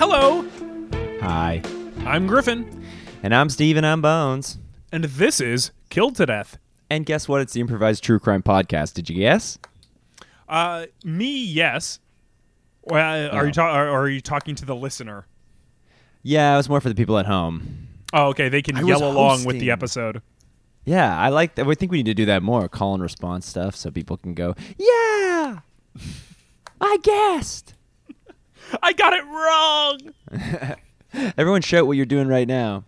Hello, Hi. I'm Griffin, And I'm Steve and I'm Bones. and this is Killed to Death. And guess what? It's the improvised true crime podcast. Did you guess? Uh, me, yes. Well, uh, are you ta- are, are you talking to the listener? Yeah, it was more for the people at home. Oh, okay. They can I was yell along with hosting. the episode. Yeah, I like that. I think we need to do that more call and response stuff so people can go, Yeah! I guessed! I got it wrong. Everyone shout what you're doing right now.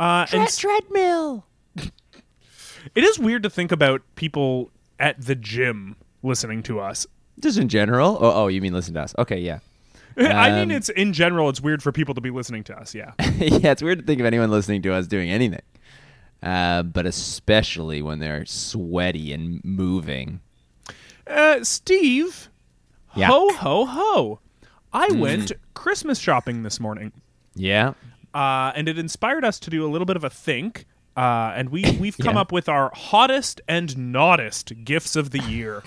Uh, and s- treadmill! it is weird to think about people at the gym listening to us. Just in general? Oh, oh, you mean listen to us. Okay, yeah. I Um, mean, it's in general, it's weird for people to be listening to us. Yeah. yeah, it's weird to think of anyone listening to us doing anything, uh, but especially when they're sweaty and moving. Uh, Steve, Yeah. ho ho ho! I went Christmas shopping this morning. Yeah, uh, and it inspired us to do a little bit of a think. Uh, and we we've come Yeah. up with our hottest and noddest gifts of the year.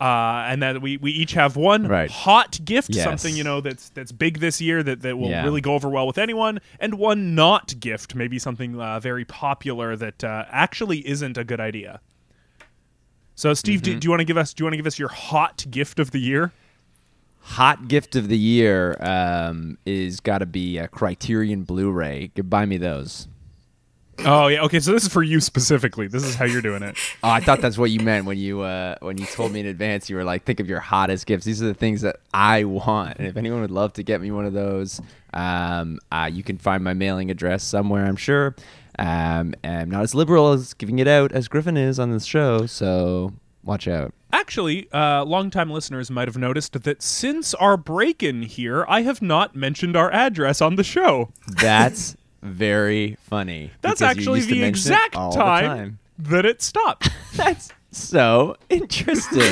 Uh, and that we, we each have one Right. hot gift, Yes. something you know that's that's big this year that, that will Yeah. really go over well with anyone, and one not gift, maybe something uh, very popular that uh, actually isn't a good idea. So, Steve, Mm-hmm. do, do you want to give us do you want to give us your hot gift of the year? hot gift of the year um, is got to be a Criterion Blu-ray. Could Buy me those. Oh yeah, okay. So this is for you specifically. This is how you're doing it. Oh, I thought that's what you meant when you uh, when you told me in advance. You were like, think of your hottest gifts. These are the things that I want, and if anyone would love to get me one of those, um, uh, you can find my mailing address somewhere. I'm sure. Um, I'm not as liberal as giving it out as Griffin is on this show, so watch out. Actually, uh, longtime listeners might have noticed that since our break in here, I have not mentioned our address on the show. That's very funny. because That's you actually used to the mention it exact all time, the that it stopped. That's so interesting.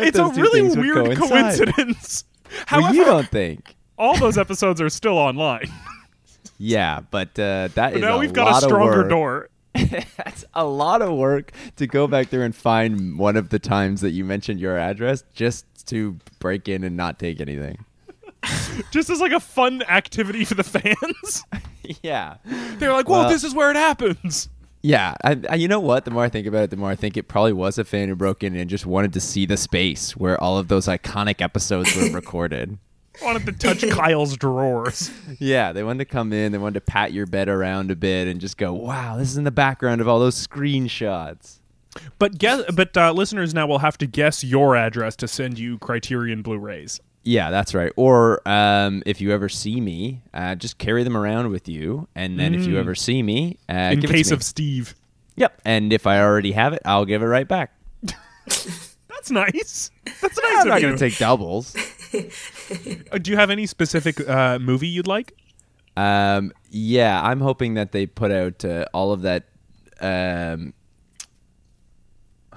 it's a really weird coincidence. Well, However, you don't think. all those episodes are still online. Yeah, but uh, that is now a we've got lot a of stronger work. door. That's a lot of work to go back there and find one of the times that you mentioned your address just to break in and not take anything. Just as like a fun activity for the fans. Yeah, They're like, whoa, Well- this is where it happens. yeah. I, I, you know what? The more I think about it, the more I think it probably was a fan who broke in and just wanted to see the space where all of those iconic episodes were recorded. Wanted to touch Kyle's drawers. Yeah, they wanted to come in, they wanted to pat your bed around a bit and just go, "Wow, this is in the background of all those screenshots." But guess, but uh, listeners now will have to guess your address to send you Criterion Blu-rays. Yeah, that's right. Or um, if you ever see me, uh, just carry them around with you, and then if you ever see me, uh, Mm. in give it to case me. of Steve. yep, and if I already have it, I'll give it right back. That's nice. That's nice. I'm not of you. going to take doubles. Uh, Do you have any specific uh, movie you'd like? Um, yeah, I'm hoping that they put out uh, all of that. Um,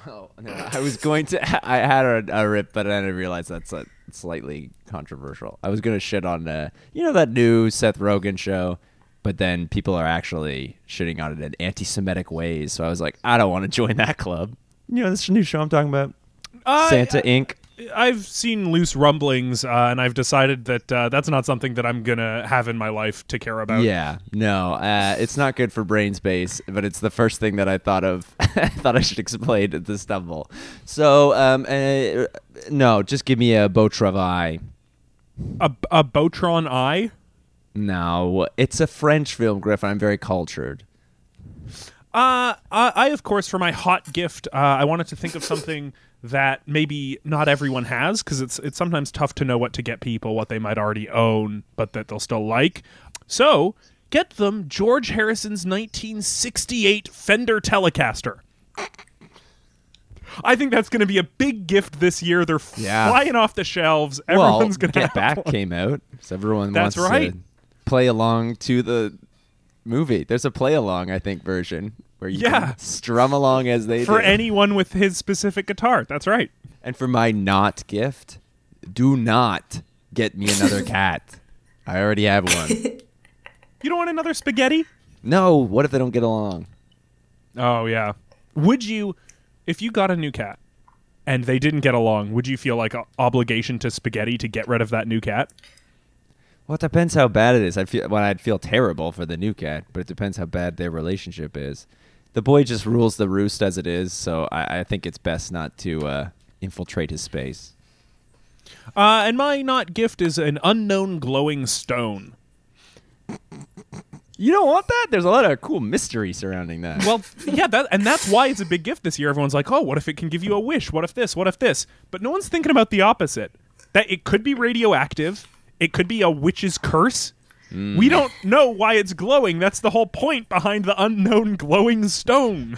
oh, no, I was going to. I had a, a rip, but then I realized that's uh slightly controversial. I was going to shit on, uh, you know, that new Seth Rogen show, but then people are actually shitting on it in anti-Semitic ways. So I was like, I don't want to join that club. You know, this new show I'm talking about, Uh, Santa Inc. I've seen loose rumblings, uh, and I've decided that uh, that's not something that I'm gonna have in my life to care about. Yeah, no, uh, it's not good for brain space, but it's the first thing that I thought of. I thought I should explain at the stumble. So, um, uh, no, just give me a Botrov eye. A, a Botron eye. No, it's a French film, Griffin. I'm very cultured. Uh, I, I, of course, for my hot gift, uh, I wanted to think of something that maybe not everyone has because it's it's sometimes tough to know what to get people what they might already own but that they'll still like. So get them George Harrison's 1968 Fender Telecaster. I think that's going to be a big gift this year. They're Yeah. flying off the shelves. well, Everyone's going to Get Back came out, so everyone That's wants right. to play along to the movie. There's a play along, I think, version where you Yeah. can strum along as they for do. anyone with his specific guitar. That's right. And for my not gift, do not get me another cat. I already have one. You don't want another spaghetti? No, what if they don't get along? Oh yeah. Would you, if you got a new cat and they didn't get along, would you feel like a obligation to Spaghetti to get rid of that new cat? Well, it depends how bad it is. I feel well, I'd feel terrible for the new cat, but it depends how bad their relationship is. The boy just rules the roost as it is, so I, I think it's best not to uh, infiltrate his space. Uh, and my not gift is an unknown glowing stone. You don't want that? There's a lot of cool mystery surrounding that. Well, yeah, that, and that's why it's a big gift this year. Everyone's like, "Oh, what if it can give you a wish? What if this? What if this?" But no one's thinking about the opposite. That it could be radioactive. It could be a witch's curse. We don't know why it's glowing. That's the whole point behind the unknown glowing stone.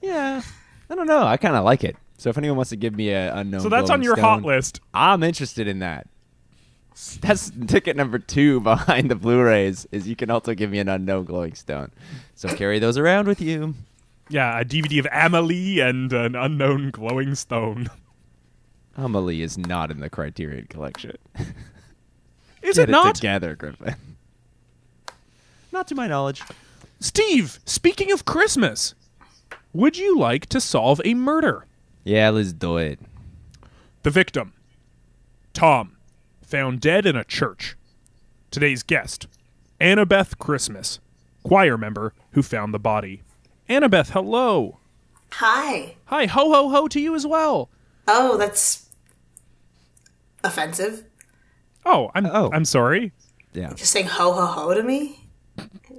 yeah. I don't know. I kind of like it. So if anyone wants to give me a unknown, So that's Rolling on your Stone, hot list. I'm interested in that. That's ticket number two behind the Blu-rays. Is you can also give me an unknown glowing stone. So carry those around with you. Yeah, a DVD of Amelie and an unknown glowing stone. Amelie is not in the Criterion Collection. Is Get it not? together, Griffin? Not to my knowledge. Steve, speaking of Christmas, would you like to solve a murder? Yeah, let's do it. The victim, Tom, found dead in a church. Today's guest, Annabeth Christmas, choir member who found the body. Annabeth, hello. Hi. Hi, ho ho ho to you as well. Oh, that's offensive. Oh, I'm Oh. I'm sorry. Yeah, Just saying ho ho ho to me.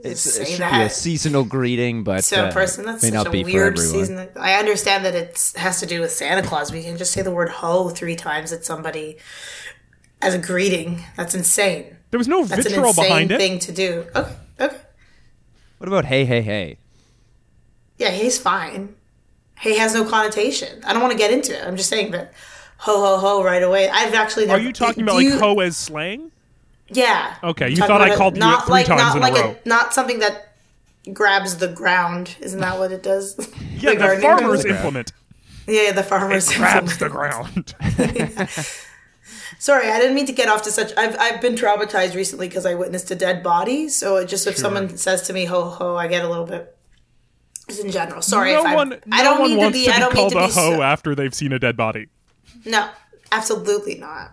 it's, Just it say should that be a seasonal greeting, but to a uh, person. That's may such not a be weird for everyone. season. I understand that it has to do with Santa Claus. We can just say the word ho three times at somebody as a greeting. That's insane. There was no That's an vitriol insane behind it. thing to do. Okay. Okay. What about hey hey hey? Yeah, he's fine. He has no connotation. I don't want to get into it. I'm just saying that ho ho ho right away. I've actually. Are never- you talking about do like you- ho as slang? Yeah. Okay, you Talking thought I about a- called you it three like, times not in a like row. not something that grabs the ground. Isn't that what it does? Yeah, the gardening farmer's does? implement. Yeah, the farmers. grabs the ground. Sorry, I didn't mean to get off to such. I've I've been traumatized recently because I witnessed a dead body. So it just if someone says to me "ho ho," I get a little bit. Just in general, sorry. no if I'm- one, no I don't one mean wants to be. to be I don't mean called to a be. hoe So, after they've seen a dead body. no, absolutely not.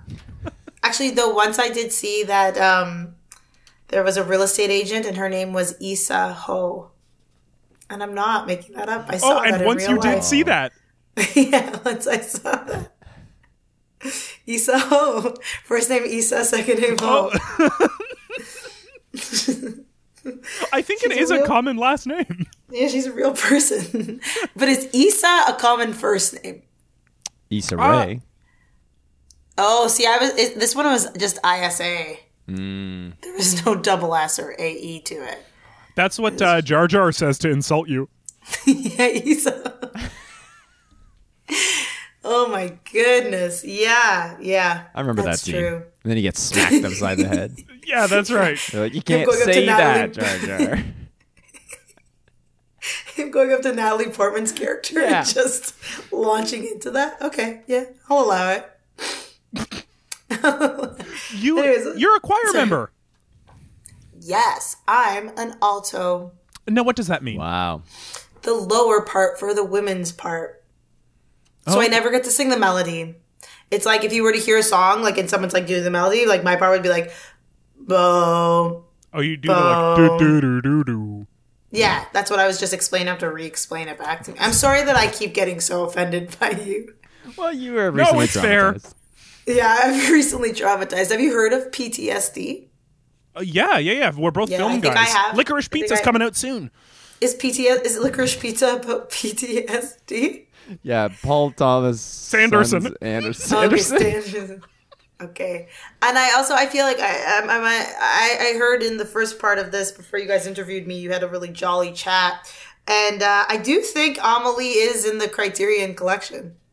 Actually, though, once I did see that um, there was a real estate agent, and her name was Issa Ho. And I'm not making that up. I saw Oh, that and in once real you life. did see that, yeah, once I saw that. Issa Ho. First name Issa, second name Ho. Oh. I think it She's a is a real- common last name. Yeah, she's a real person. but is Issa a common first name? Issa Ah. Rae. Oh, see, I was it, this one was just ISA. There was no double S or AE to it. That's what uh, Jar Jar says to insult you. Yeah, Issa. oh my goodness. Yeah, yeah. I remember That's that scene. true. And then he gets smacked upside the head. Yeah, that's right. They're like, you can't going up to say that, Natalie. Jar Jar. Him going up to Natalie Portman's character Yeah. and just launching into that. Okay, yeah, I'll allow it. You, There's- you're a choir member. Yes, I'm an alto. Now, what does that mean? wow. The lower part for the women's part. So Oh. I never get to sing the melody. It's like if you were to hear a song, like and someone's like doing the melody, like my part would be like, boom. Oh, you do the like do do do do do. Yeah, that's what I was just explaining. I have to re-explain it back to me. I'm sorry that I keep getting so offended by you. Well, you were recently it's fair. traumatized. Yeah, I'm recently traumatized. Have you heard of PTSD? Uh, yeah, yeah, yeah. We're both Yeah, film I think guys. I have. Licorice I think Pizza's I- coming out soon. Is PTS is licorice pizza about PTSD? Yeah, Paul Thomas Sanderson. Sons Anderson. Okay, Anderson. Stan- okay. And I also I feel like I I'm, I'm I I heard in the first part of this before you guys interviewed me, you had a really jolly chat, and uh, I do think Amelie is in the Criterion collection.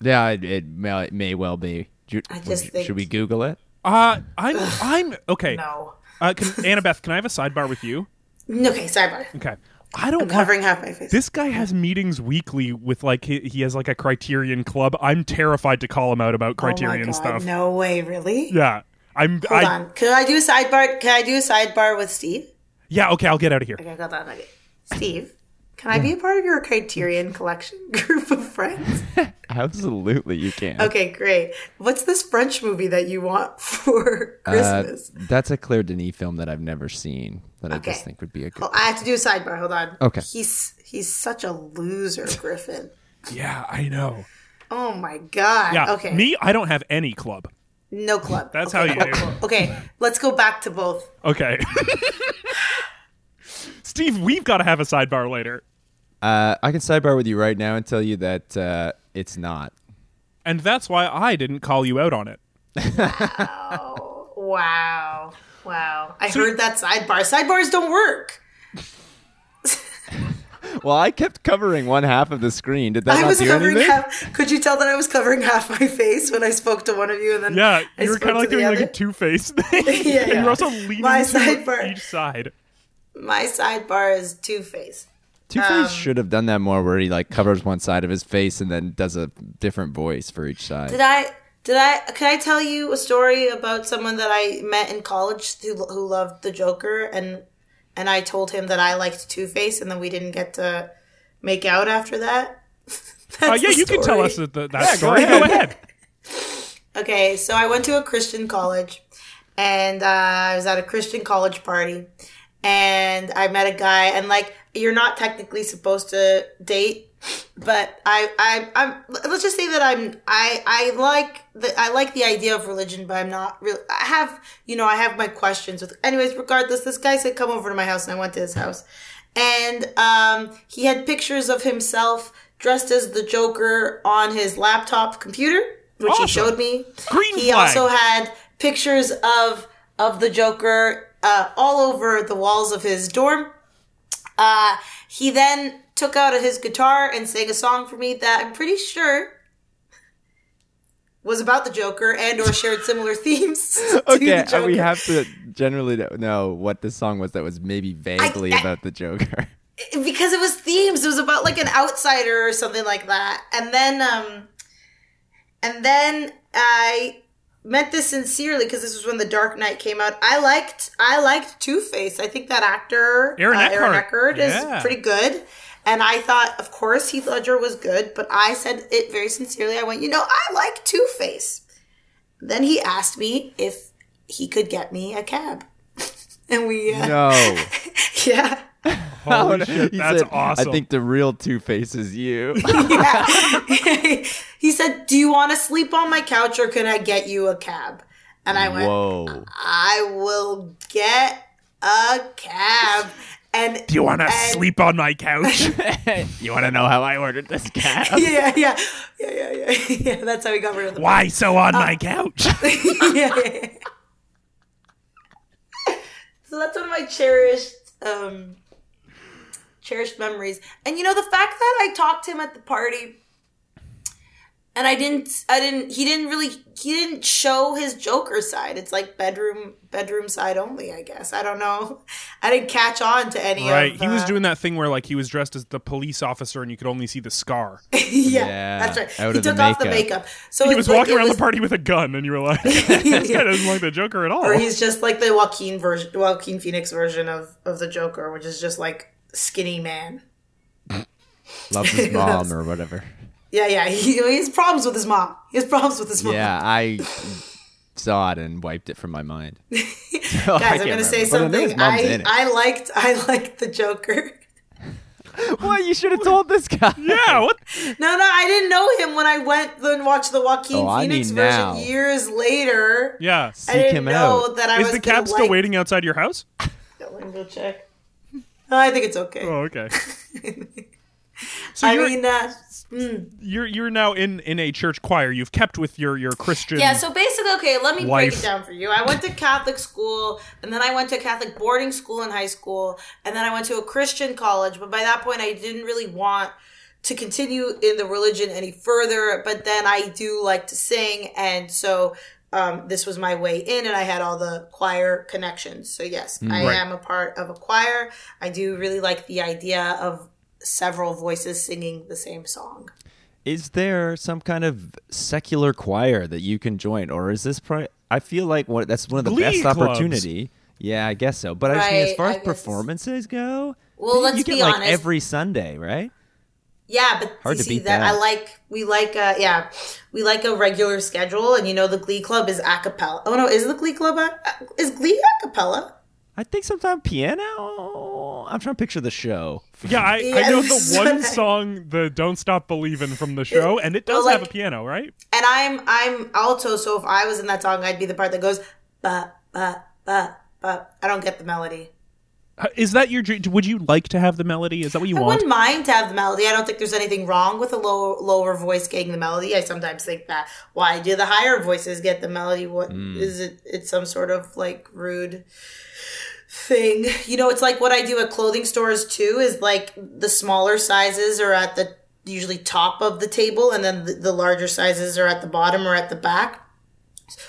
Yeah, it, it, may, it may well be. Ju- I just should, think- we Google it? Uh, I'm I'm okay. No. Uh, can, Annabeth, can I have a sidebar with you? Okay, sidebar. Okay. I don't I'm want covering half my face. this guy has meetings weekly with like he, he has like a Criterion club. I'm terrified to call him out about Oh my Criterion God, stuff. No way, really? Yeah. I'm Hold I on. Can I do a sidebar? Can I do a sidebar with Steve? yeah, okay, I'll get out of here. Okay, hold on. Okay. Steve, can I be a part of your Criterion collection group of friends? Absolutely, you can. Okay, great. What's this French movie that you want for Uh, Christmas? that's a Claire Denis film that I've never seen that I Okay. just think would be a good. oh, I have to do a sidebar. Hold on. Okay. He's he's such a loser, Griffin. Yeah, I know. Oh my god. Yeah. okay. Me, I don't have any club. No club. That's Okay, how you no do. club. Okay, let's go back to both. Okay. Steve, we've got to have a sidebar later. Uh, I can sidebar with you right now and tell you that uh, it's not. And that's why I didn't call you out on it. Wow. Wow. I heard that sidebar. Sidebars don't work. Well, I kept covering one half of the screen. Did that I not was do covering anything? half. Could you tell that I was covering half my face when I spoke to one of you, and then Yeah, I you were spoke kind of like to the doing like a other? two face thing. Yeah, And yeah. you're also leaning My to sidebar. each side. My sidebar is Two Face. Two Face um, should have done that more, where he like covers one side of his face and then does a different voice for each side. Did I? Did I? Can I tell you a story about someone that I met in college who who loved the Joker and and I told him that I liked Two Face, and then we didn't get to make out after that. Uh, That's yeah, the you can tell story. us that, that story. Go ahead. Okay, so I went to a Christian college, and uh, I was at a Christian college party, and I met a guy, and like you're not technically supposed to date, but I I I'm let's just say that I'm I I like the I like the idea of religion, but I'm not real. I have you know I have my questions with. Anyways, regardless, this guy said come over to my house, and I went to his house, and um, he had pictures of himself dressed as the Joker on his laptop computer, which Awesome. he showed me Green he flag. also had pictures of of the Joker uh, all over the walls of his dorm. Uh, he then took out his guitar and sang a song for me that I'm pretty sure was about the Joker and or shared similar themes. to the okay, uh, we Joker. have to generally know- know what the song was that was maybe vaguely I- about the Joker. because it was themes. It was about like an outsider or something like that. And then, um, and then I meant this sincerely because this was when The Dark Knight came out. I liked, I liked Two Face. I think that actor uh, Aaron Aaron Eckhart. Eckhart Yeah. is pretty good. And I thought, of course, Heath Ledger was good, but I said it very sincerely. I went, you know, I like Two Face. Then he asked me if he could get me a cab, and we, uh, No, yeah. Holy shit, He that's said, awesome. I think the real Two Face is you. yeah. he said, "Do you want to sleep on my couch, or can I get you a cab?" And I went, Whoa. "I will get a cab." And Do you want to and- sleep on my couch? you want to know how I ordered this cab? Yeah, yeah, yeah, yeah, yeah, yeah. yeah that's how we got rid of the. Why so on my couch? Uh, yeah, yeah, yeah. so that's one of my cherished um cherished memories and you know the fact that i talked to him at the party and i didn't i didn't he didn't really he didn't show his joker side it's like bedroom bedroom side only i guess i don't know i didn't catch on to any right. of He was uh, doing that thing where like he was dressed as the police officer and you could only see the scar. yeah, Yeah, that's right out he of the took off the makeup. makeup so He it's was like- walking it around was- the party with a gun and you were like, this guy doesn't look the Joker at all. or he's just like the Joaquin version, Joaquin Phoenix version of of the Joker, which is just like skinny man. Loves his mom or whatever. Yeah, yeah. He, he has problems with his mom. He has problems with his mom. Yeah, I saw it and wiped it from my mind. So I Guys, can't I'm gonna say remember. But I know his something. mom's I in it. I liked I liked the Joker. What? You should have told this guy. Yeah, what? No, no, I didn't know him when I went and watched the Joaquin Oh, I Phoenix need version now. years later. Yeah. I Seek didn't him know out. that I Is was the cab gonna still like- waiting outside your house? Let me go check. No, I think it's okay. Oh, okay. So I you're, mean, uh, you're you're now in in a church choir. You've kept with your your Christian. yeah. So basically, okay. Let me break Wife. it down for you. I went to Catholic school, and then I went to a Catholic boarding school in high school, and then I went to a Christian college. But by that point, I didn't really want to continue in the religion any further. But then I do like to sing, and so um, this was my way in, and I had all the choir connections. So yes, I Mm, Right. am a part of a choir. I do really like the idea of several voices singing the same song. Is there some kind of secular choir that you can join, or is this? Pri- I feel like what that's one of the Glee best clubs. opportunity. Yeah, I guess so. But I just mean, as Right, far I as guess. performances go, Well, you- you let's get be like honest. every Sunday, right? Yeah, but Hard you to see beat that, that. I like we like a yeah we like a regular schedule, and you know the Glee Club is a cappella. Oh no, is the Glee Club a, is Glee a cappella? I think sometimes piano. I'm trying to picture the show. Yeah, I, I Yes. know the one song, the "Don't Stop Believin'" from the show, and it does Well, have a like- piano, right? And I'm I'm alto, so if I was in that song, I'd be the part that goes ba ba ba ba. I don't get the melody. Uh, Is that your? dr- Would you like to have the melody? Is that what you I want? wouldn't mind to have the melody. I don't think there's anything wrong with a low, lower voice getting the melody. I sometimes think that why do the higher voices get the melody? What is it? It's some sort of like rude thing. You know, it's like what I do at clothing stores too. Is like the smaller sizes are at the usually top of the table, and then the, the larger sizes are at the bottom or at the back.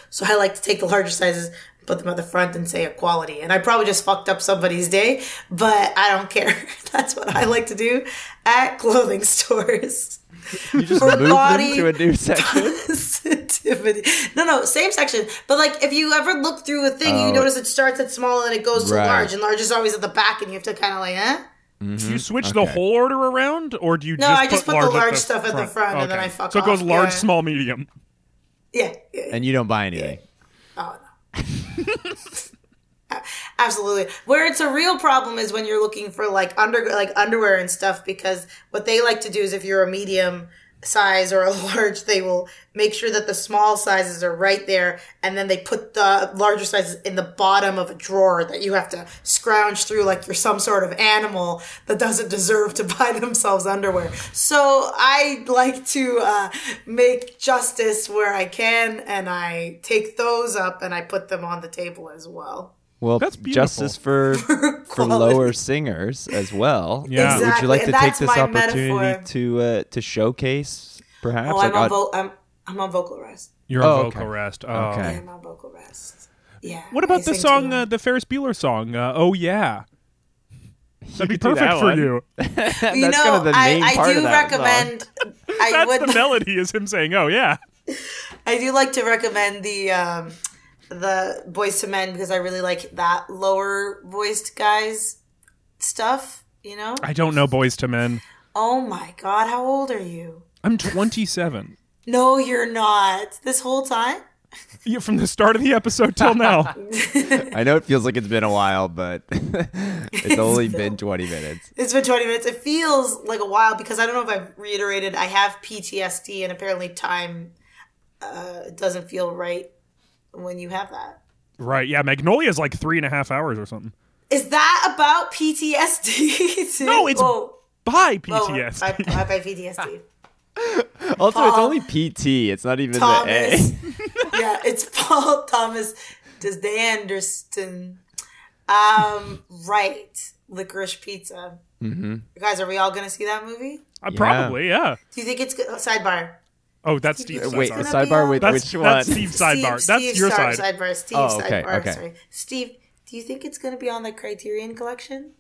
So I like to take the larger sizes, put them at the front, and say equality. And I probably just fucked up somebody's day, but I don't care. That's what I like to do at clothing stores. You just For moved them body- to a new section. Sensitivity. No, no, same section. But like, if you ever look through a thing, Oh. you notice it starts at small and it goes Right. to large, and large is always at the back, and you have to kind of like, eh? Do you switch the Okay. whole order around, or do you? No, just I just put, put the large large stuff at the front, and then Okay. I fuck So it goes off. large, Yeah. small, medium. Yeah, yeah, yeah. and you don't buy anything. Oh no. Absolutely. Where it's a real problem is when you're looking for like under like underwear and stuff because what they like to do is if you're a medium size or a large, they will make sure that the small sizes are right there and then they put the larger sizes in the bottom of a drawer that you have to scrounge through like you're some sort of animal that doesn't deserve to buy themselves underwear. So I like to uh, make justice where I can, and I take those up and I put them on the table as well. Well, That's beautiful. justice for for Quality. lower singers as well. Yeah. Would you like Exactly, to take that's this my opportunity metaphor. to uh, to showcase perhaps Oh, like I'm on, on- vo- I'm, I'm on vocal rest. You're on Oh, vocal okay. rest. Oh. Okay. I'm on vocal rest. Yeah. What about I the sing song, too. uh, the Ferris Bueller song? Uh, oh yeah, that'd be could do perfect that for one. you. you that's know, kind of the main I, I part do of that song. recommend. I That's would. the melody. Is him saying, "Oh yeah." I do like to recommend the um, the Boys to Men because I really like that lower voiced guys stuff. You know. I don't know, boys to men. oh my God! How old are you? I'm 27. No, you're not. This whole time. You from the start of the episode till now. I know it feels like it's been a while, but it's only been 20 minutes. It's been 20 minutes. It feels like a while because I don't know if I've reiterated. I have PTSD, and apparently, time uh, doesn't feel right when you have that. right? Yeah, Magnolia's like three and a half hours or something. Is that about PTSD? too? No, it's Whoa. Bye Oh, PTSD. I, I, by PTSD. Also, it's Paul only PT. It's not even Thomas. the yeah, it's Paul Thomas Disney Anderson. Um, right. Licorice Pizza. Mm-hmm. Guys, are we all going to see that movie? Uh, Probably, yeah. Do you think it's good? Oh, sidebar. Oh, that's Steve's A. sidebar. Uh, Wait, a That's- sidebar with that's, which that's one? Steve's sidebar. Steve, that's Steve, your sorry, side. sidebar. Steve, Oh, okay, sidebar. okay. Sorry, Steve. Do you think it's going to be on the Criterion Collection?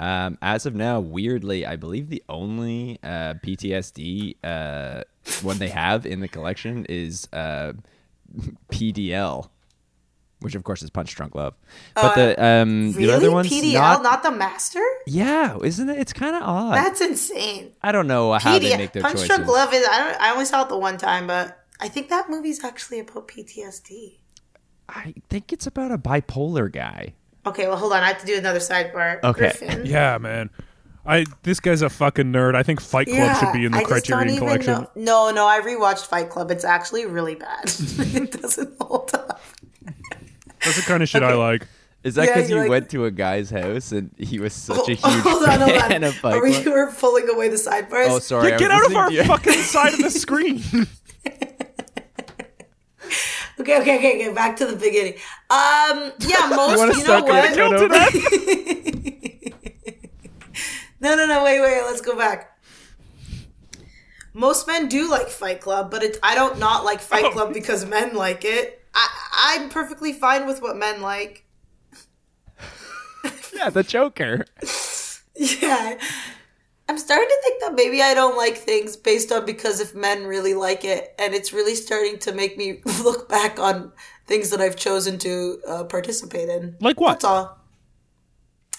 Um, as of now, weirdly, I believe the only uh, PTSD uh, one they have in the collection is uh, PDL. which of course is Punch Drunk Love. Uh, But the um Really? the other one's PDL, not, not, the master? Yeah, isn't it? It's kind of odd. That's insane. I don't know how they make PDL. their Punch choices. Drunk Love is. I don't. I only saw it the one time, but I think that movie's actually about PTSD. I think it's about a bipolar guy. Okay, well, hold on. I have to do another sidebar. Okay. Griffin. Yeah, man. I this guy's a fucking nerd. I think Fight Club should be in the I just don't Criterion even collection. know- No, no, I rewatched Fight Club. It's actually really bad. it doesn't hold up. That's the kind of shit I like. Is that Yeah, because you're you like- went to a guy's house and he was such a huge hold on, hold fan on. of Fight Are we, Club? we're pulling away the sidebars. Oh, sorry. yeah, I get was out of listening our to you. fucking side of the screen. Okay, okay, okay, okay. Back to the beginning. Um, yeah, most. wanna you, know start Criterion what? over that? No, no, no. Wait, wait. Let's go back. Most men do like Fight Club, but it's I don't not like Fight Club because men like it. I, I'm perfectly fine with what men like. Yeah, the Joker. Yeah. I'm starting to think that maybe I don't like things based on because if men really like it, and it's really starting to make me look back on things that I've chosen to uh, participate in. Like what? That's all.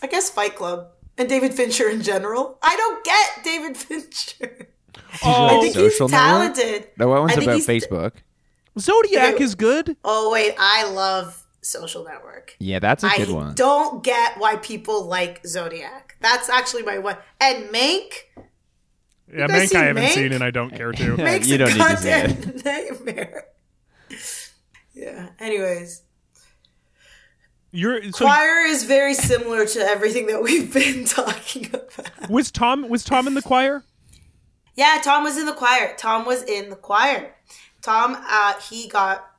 I guess Fight Club and David Fincher in general. I don't get David Fincher. I Oh, think Social Network? he's talented. No, that one's I think about he's- Facebook. Zodiac is good. Oh wait, I love Social Network. Yeah, that's a I good one. don't get why people like Zodiac. That's actually my one. And Mank. Yeah, guys Mank seen I haven't Mank? seen and I don't care to. Yeah, makes you a don't need to say goddamn nightmare. Yeah. Anyways, You're so choir is very similar to everything that we've been talking about. was Tom was Tom in the choir? Yeah, Tom was in the choir. Tom was in the choir. Tom, uh, he got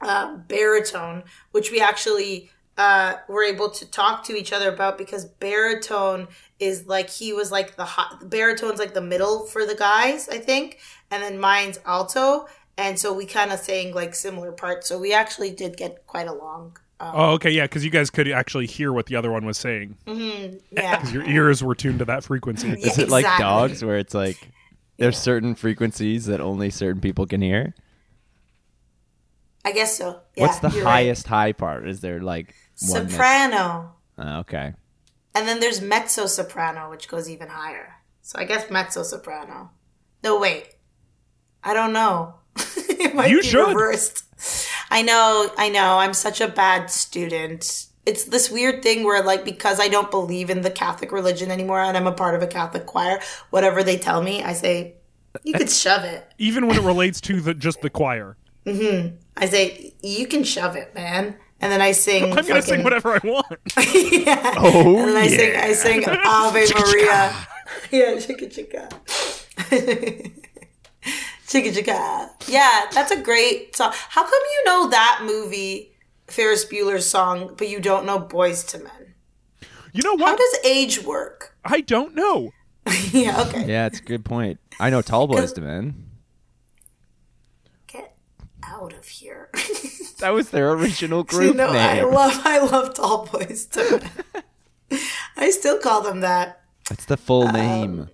uh, baritone, which we actually uh, were able to talk to each other about because baritone is like he was like the hot baritone's like the middle for the guys, I think, and then mine's alto, and so we kind of sang like similar parts. So we actually did get quite along. Um, Oh, okay, yeah, because you guys could actually hear what the other one was saying. yeah, Your ears were tuned to that frequency. Yeah, Is it like exactly. dogs where it's like there's certain frequencies that only certain people can hear? I guess so. Yeah, What's the you're right. highest high part? Is there like one? that's- soprano? Oh, okay. And then there's mezzo soprano, which goes even higher. So I guess mezzo soprano. No, wait. I don't know. it might You be should. reversed. I know, I know. I'm such a bad student. It's this weird thing where, like, because I don't believe in the Catholic religion anymore and I'm a part of a Catholic choir, whatever they tell me, I say, you could shove it. Even when it relates to the just the choir. I say, you can shove it, man. And then I sing. I'm gonna sing whatever I want. yeah. Oh, And then I sing, I sing Ave Maria. yeah, chicka chicka. chicka chicka. Yeah, that's a great song. How come you know that movie, Ferris Bueller's song, but you don't know Boys to Men? You know How what? does age work? I don't know. yeah, okay. yeah, it's a good point. I know tall boys to men. Get out of here. That was their original you group know, I name. love, I love Tall Boys to Men. I still call them that. it's the um, full name.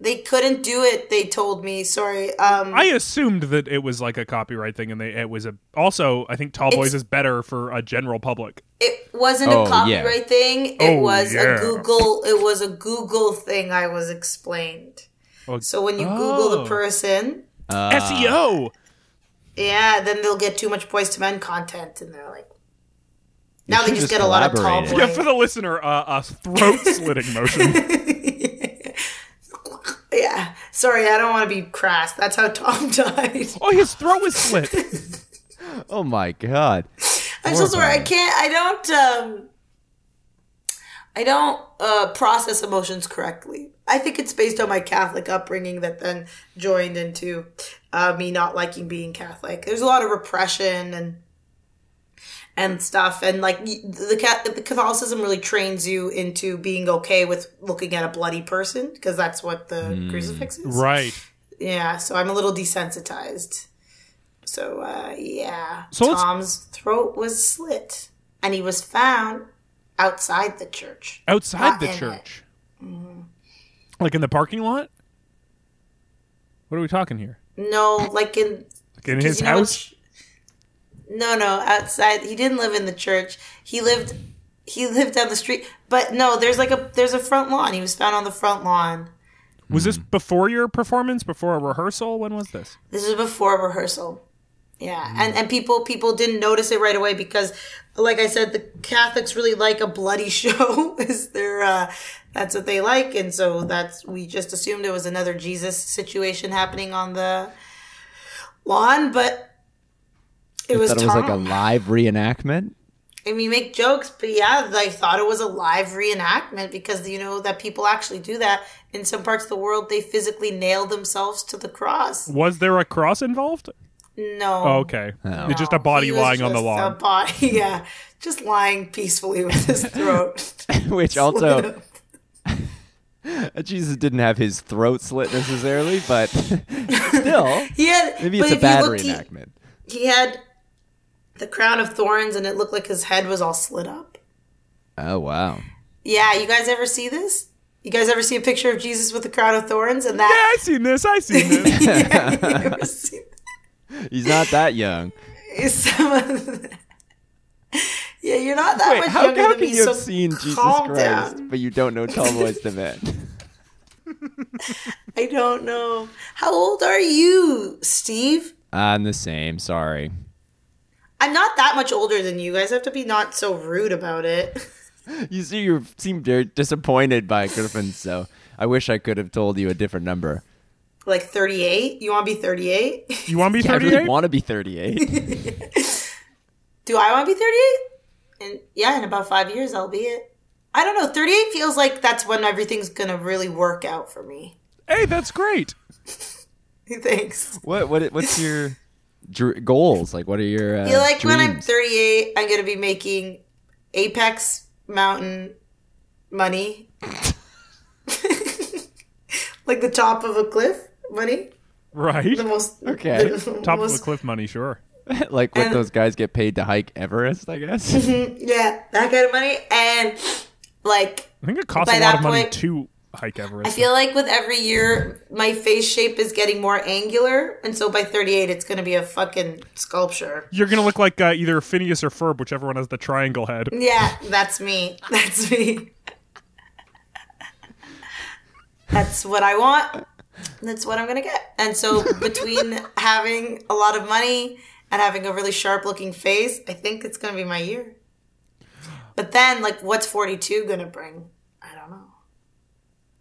They couldn't do it, they told me. Sorry. Um, I assumed that it was like a copyright thing, and they it was a. Also, I think Tall Boys is better for a general public. it wasn't Oh, a yeah. copyright thing. It Oh, was yeah. a Google. It was a Google thing. I was explained. Oh, So when you Google the Oh. person, SEO. yeah, then they'll get too much boys to men content, and they're like, now they should just, just get a lot of tall collaborate boys. it. Yeah, for the listener, uh, a throat slitting motion. yeah, sorry, I don't want to be crass. That's how Tom died. Oh, his throat was slit. Oh my god. I'm so sorry. I Horrifying. can't. I don't. Um, I don't uh, process emotions correctly. I think it's based on my Catholic upbringing that then joined into uh, me not liking being Catholic. There's a lot of repression and and stuff, and like y- the Ca- the Catholicism really trains you into being okay with looking at a bloody person because that's what the crucifix is. Right. Yeah, so I'm a little desensitized. So uh, yeah, So let's- Tom's throat was slit, and he was found outside the church. Outside Not the in it. church. Mm-hmm. Like in the parking lot? What are we talking here? No, like in Like in 'cause his you know in house? ch- No, no, outside. He didn't live in the church. He lived he lived down the street. But no, there's like a there's a front lawn. He was found on the front lawn. Was this before your performance? Before a rehearsal? When was this? This was before rehearsal. Yeah, and and people people didn't notice it right away because, like I said, the Catholics really like a bloody show. Is their uh, that's what they like, and so that's we just assumed it was another Jesus situation happening on the lawn, but it was Thought it was like a Tom. live reenactment. I mean, make jokes, but yeah, I thought it was a live reenactment because you know that people actually do that in some parts of the world. They physically nail themselves to the cross. Was there a cross involved? No, Oh, okay. It's just a body He was lying on the just lawn. A body, yeah, just lying peacefully with his throat. Which Slit also, up. Jesus didn't have his throat slit necessarily, but still, he had maybe it's but a if you bad look, he- reenactment. He, had the crown of thorns, and it looked like his head was all slit up. Oh wow! Yeah, you guys ever see this? You guys ever see a picture of Jesus with the crown of thorns and Yeah, that? I seen this. I seen this. Yeah, you ever see He's not that young. is some of the- yeah, you're not that much How, younger how than can me, you so have seen Jesus calm Christ, down. but you don't know Tallboys to Men? I don't know. How old are you, Steve? I'm the same. Sorry. I'm not that much older than you. You guys have to be not so rude about it. You see, you seem very disappointed by Griffin, so I wish I could have told you a different number. Like 38? You want to be 38? You want to be I really 38? want to be 38. Do I want to be 38? And yeah, in about 5 years I'll be it. I don't know. 38 feels like that's when everything's going to really work out for me. hey, that's great. Thanks. what, what? What's your dr- goals? Like, what are your uh, I feel like dreams? when I'm 38, I'm going to be making Apex Mountain money. like the top of a cliff money. Right? The most. Okay. the Top of most- the cliff money, sure. like what And- Mm-hmm. those guys get paid to hike Everest, I guess. Yeah, that kind of money. And like, I think it costs By a lot that of money point- to hike Everest. I feel like with every year, my face shape is getting more angular. And so by 38, it's going to be a fucking sculpture. You're going to look like uh, either Phineas or Ferb, whichever one has the triangle head. Yeah, that's me. That's me. That's what I want. That's what I'm going to get. And so, between having a lot of money and having a really sharp looking face, I think it's going to be my year. But then, like, what's 42 going to bring? I don't know.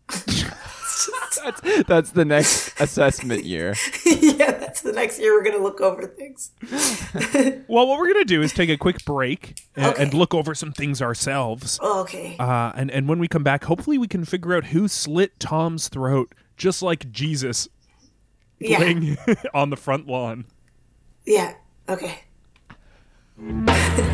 that's, that's the next assessment year. yeah, that's the next year we're going to look over things. Well, what we're going to do is take a quick break and, Okay. and look over some things ourselves. Oh, okay. Uh, and, and when we come back, hopefully we can figure out who slit Tom's throat, just like Jesus yeah. playing on the front lawn. Yeah. Okay.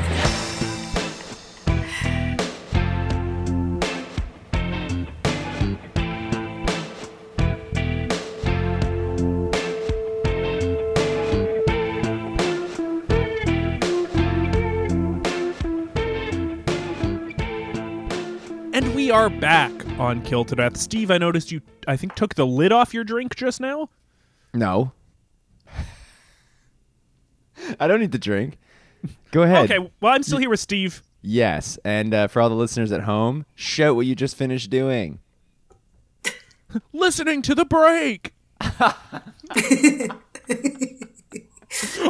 And we are back on Kill to Death. Steve, I noticed you, I think, took the lid off your drink just now. No. I don't need to drink. Go ahead. Okay, well, I'm still here with Steve. Yes, and uh, for all the listeners at home, shout what you just finished doing. Listening to the break.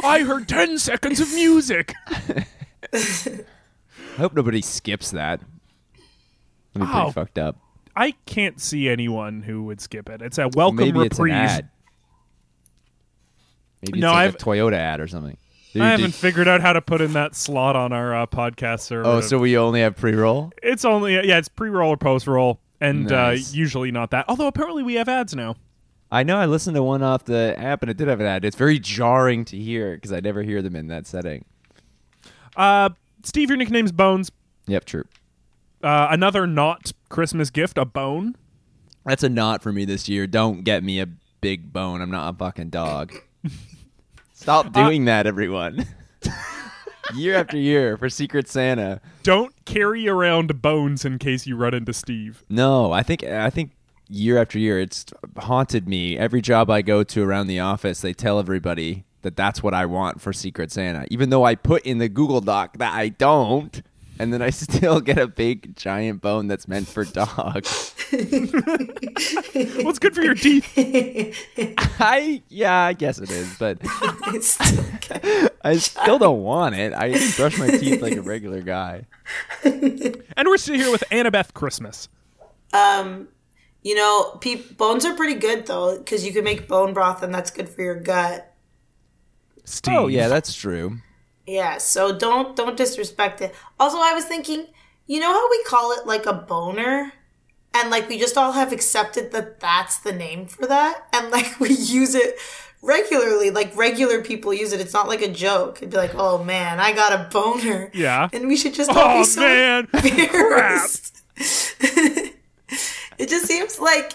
I heard 10 seconds of music. I hope nobody skips that. That'd be Ow. pretty fucked up. I can't see anyone who would skip it. It's a welcome Maybe it's an reprieve. ad. Maybe it's No, like I've- a Toyota ad or something. Dude, I did- haven't figured out how to put in that slot on our uh, podcast server. oh, so we only have pre-roll? it's only uh, yeah, it's pre-roll or post-roll, and Nice. uh, usually not that. Although apparently we have ads now. I know I listened to one off the app and it did have an ad. It's very jarring to hear because I never hear them in that setting. Uh, Steve, your nickname's Bones. Yep, true. Uh, another not Christmas gift, a bone. That's a not for me this year. Don't get me a big bone. I'm not a fucking dog. Stop doing that, everyone. year after year for Secret Santa. Don't carry around bones in case you run into Steve. No, I think I think year after year it's haunted me. Every job I go to around the office, they tell everybody that that's what I want for Secret Santa, even though I put in the Google Doc that I don't, and then I still get a big giant bone that's meant for dogs. What's good for your teeth? I yeah, I guess it is, but It's still okay. I still don't want it. I brush my teeth like a regular guy. And we're still here with Annabeth Christmas. You know, pe- bones are pretty good though, because you can make bone broth and that's good for your gut. Steve. Oh yeah, that's true. Yeah, so don't don't disrespect it. Also, I was thinking, you know how we call it like a boner, and like we just all have accepted that that's the name for that, and like we use it regularly. Like regular people use it. It's not like a joke. It'd be like, oh man, I got a boner. Yeah. and we should just all Oh be so man. embarrassed. it just seems like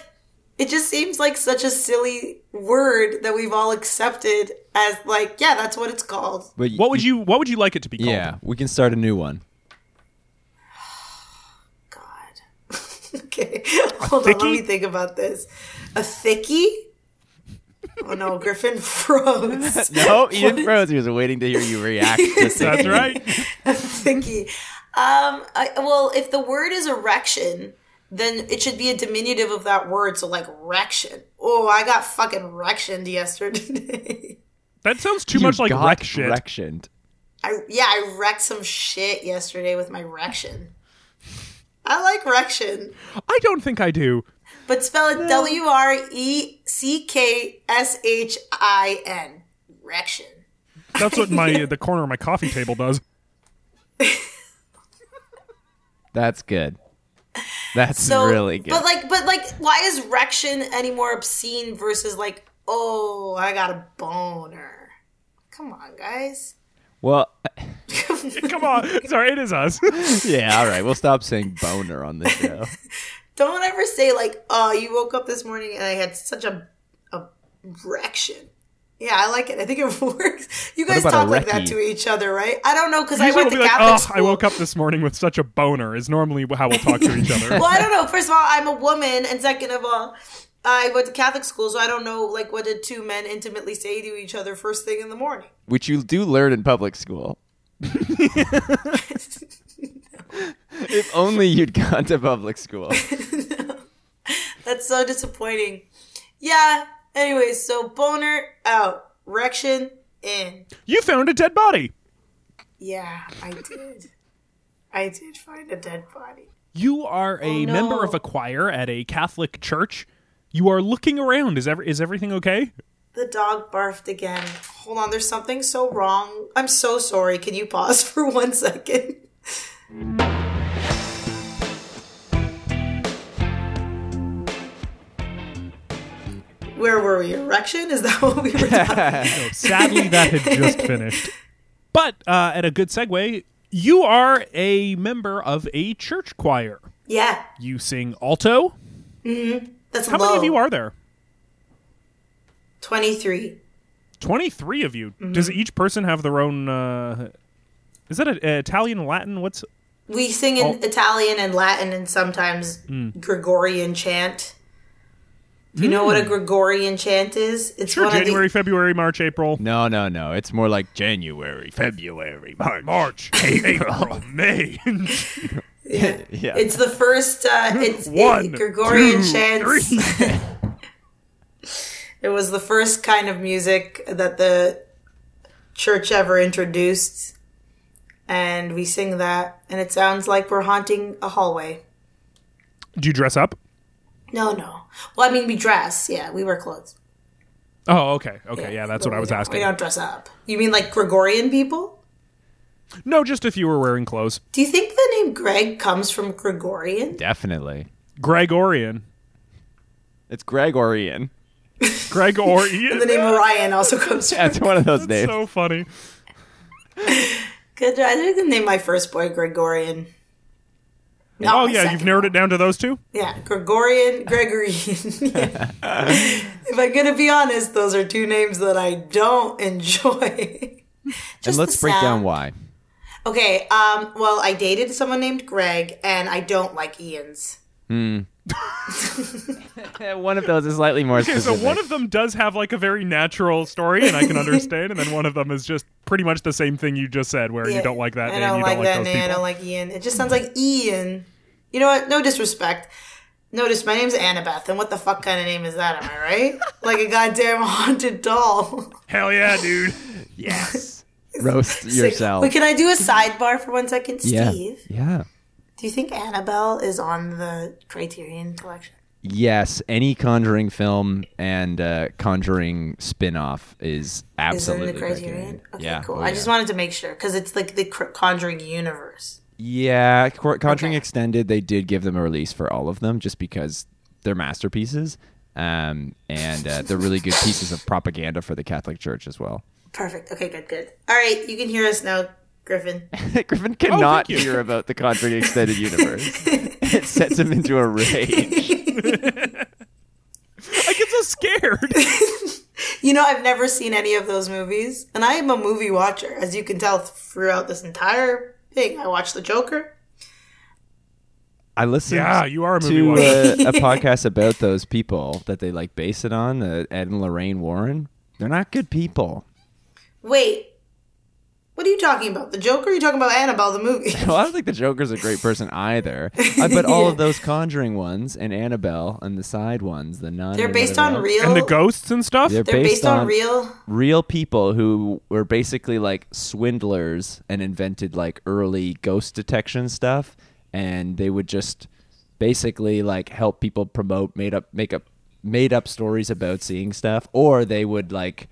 it just seems like such a silly word that we've all accepted as like, yeah, that's what it's called. But What would you what would you like it to be called? Yeah, we can start a new one. God. okay. Hold on. Let me thickie? think about this. A thickie? Oh no, Griffin froze. No, he didn't froze. He was waiting to hear you react. to That's it. right. Thickie. Um, I, well, if the word is erection, then it should be a diminutive of that word. So like rection. Oh, I got fucking rectioned yesterday. That sounds too You much like got wreck shit. rectioned. I yeah, I wrecked some shit yesterday with my rection. I like rection. I don't think I do. But spell it W R E C K S H I N. Rection. That's what my the corner of my coffee table does. That's good. That's So really good. But like but like why is rection any more obscene versus like, oh, I got a boner. Come on, guys. well, Come on. Sorry, it is us. yeah, all right. We'll stop saying boner on this show. Don't ever say like, oh, you woke up this morning and I had such a a rection. Yeah, I like it. I think it works. You guys about a talk like that recce? to each other, right? I don't know because I Usually went we'll be to like, Catholic oh, school. I woke up this morning with such a boner is normally how we'll talk to each other. well, I don't know. First of all, I'm a woman, and second of all, I went to Catholic school, so I don't know like what did two men intimately say to each other first thing in the morning. Which you do learn in public school. if only you'd gone to public school. That's so disappointing. Yeah. Anyways, so boner out, rection in. You found a dead body. Yeah, I did. I did find a dead body. You are a Oh, no. member of a choir at a Catholic church. You are looking around. Is every, is everything okay? The dog barfed again. Hold on, there's something so wrong. I'm so sorry. Can you pause for one second? Where were we? Erection? Is that what we were talking No, sadly, that had just finished. But uh, at a good segue, you are a member of a church choir. Yeah. You sing alto. That's How many of you are there? 23. 23 of you. Mm-hmm. Does each person have their own. Uh, is that a, a Italian, Latin? What's. We sing in Oh. Italian and Latin and sometimes Hmm. Gregorian chant. Do you know what a Gregorian chant is? It's Hmm. Sure, one of the- January, February, March, April. No, no, no. It's more like January, February, March. March, Oh, April, May. Yeah. It's the first. Uh, it's it- Hmm, One, Gregorian two, chants. it was the first kind of music that the church ever introduced, and we sing that, and it sounds like we're haunting a hallway. Do you dress up? No, no. Well, I mean, we dress. Yeah, we wear clothes. Oh, okay. Okay. Yeah, that's But what we I was don't- We asking. don't dress up. You mean like Gregorian people? No, just if you were wearing clothes. Do you think the name Greg comes from Gregorian? Definitely. Gregorian. It's Gregorian. Gregorian. The name Orion also comes from. That's one of those names. so funny. Good. I think I name my first boy Gregorian. Not Oh my yeah, second. you've narrowed it down to those two. Yeah, Gregorian, Gregorian. Yeah. if I'm gonna be honest, those are two names that I don't enjoy. and the let's break down sound. why. Okay. Um. Well, I dated someone named Greg, and I don't like Ian's. one of those is slightly more Okay, so specific. one of them does have like a very natural story, and I can understand, and then one of them is just pretty much the same thing you just said, where Yeah. you don't like that I name, don't you like don't like that those name. I people. don't like Ian. It just sounds like Ian. You know what? No disrespect. Notice my name's Annabeth, and what the fuck kind of name is that? Am I right? like a goddamn haunted doll. Hell yeah, dude! yes. Roast yourself. Wait, can I do a sidebar for one second, yeah. Steve? Yeah. Do you think Annabelle is on the Criterion collection? Yes, any Conjuring film and uh, Conjuring spin-off is Is it in absolutely the Criterion? recommended. Okay, yeah, cool. oh, I yeah. just wanted to make sure because it's like the Cr- Conjuring universe. Yeah, Cor- Conjuring Okay. Extended, they did give them a release for all of them just because they're masterpieces. Um, and uh, they're really good pieces of propaganda for the Catholic Church as well. Perfect. Okay, good, good. All right, you can hear us now, Griffin. Griffin cannot Oh, you. hear about the Conjuring Extended universe. it sets him into a rage. I get so scared. You know, I've never seen any of those movies, and I am a movie watcher, as you can tell throughout this entire thing. I watched The Joker. I listened yeah, you are a movie to uh, watcher. a, a podcast about those people that they like base it on, uh, Ed and Lorraine Warren. They're not good people. Wait, what are you talking about? The Joker? You're talking about Annabelle the movie? Well, I don't think the Joker's a great person either. Uh, but all of those Conjuring ones and Annabelle and the side ones, the nun. They're and based whatever on else, real. and the ghosts and stuff. They're, They're based, on, real. real people who were basically like swindlers and invented like early ghost detection stuff, and they would just basically like help people promote made up make up made up stories about seeing stuff, or they would like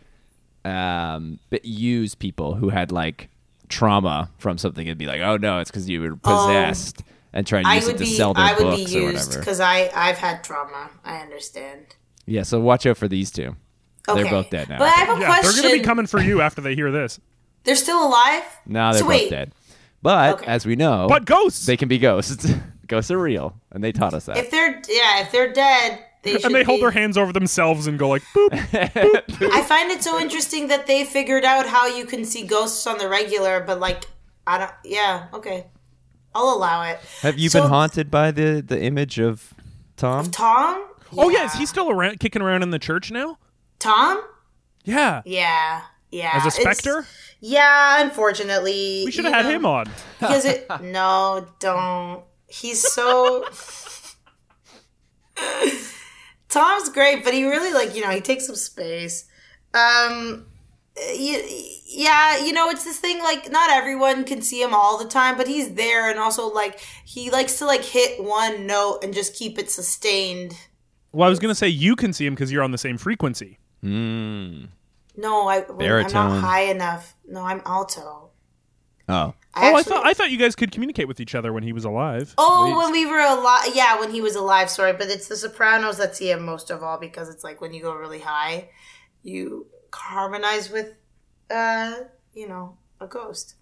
um but use people who had like trauma from something and be like, oh no, it's because you were possessed. and try and I use it would to be. sell their I would be books or used whatever. because I I've had trauma. I understand. Yeah, so watch out for these two. Okay. They're both dead now. But I have a Yeah, question. they're gonna be coming for you after they hear this. They're still alive? No, they're So wait, both dead. But Okay. as we know, But ghosts, they can be ghosts. ghosts are real, and they taught us that. If they're yeah, if they're dead, they should and they hold be- their hands over themselves and go like, "Boop." I find it so interesting that they figured out how you can see ghosts on the regular, but like I don't. Yeah, okay, I'll allow it. Have you So- been haunted by the the image of Tom? Tom? Oh yeah, is he still around, kicking around in the church now? Tom? Yeah, Yeah, yeah. as a it's- specter. Yeah, unfortunately, We should have had him on. because it. No, don't. He's so. Tom's great, but he really like you know he takes up space. Um, y- yeah, you know it's this thing like not everyone can see him all the time, but he's there, and also like he likes to like hit one note and just keep it sustained. Well, I was gonna say you can see him because you're on the same frequency. No, I I'm Baritone. not high enough. No, I'm alto. Oh, I oh, I actually- thought I thought you guys could communicate with each other when he was alive. Oh, when we were alive. Yeah, when he was alive. Sorry, but it's The Sopranos that see him most of all because it's like when you go really high, you harmonize with, uh, you know, a ghost.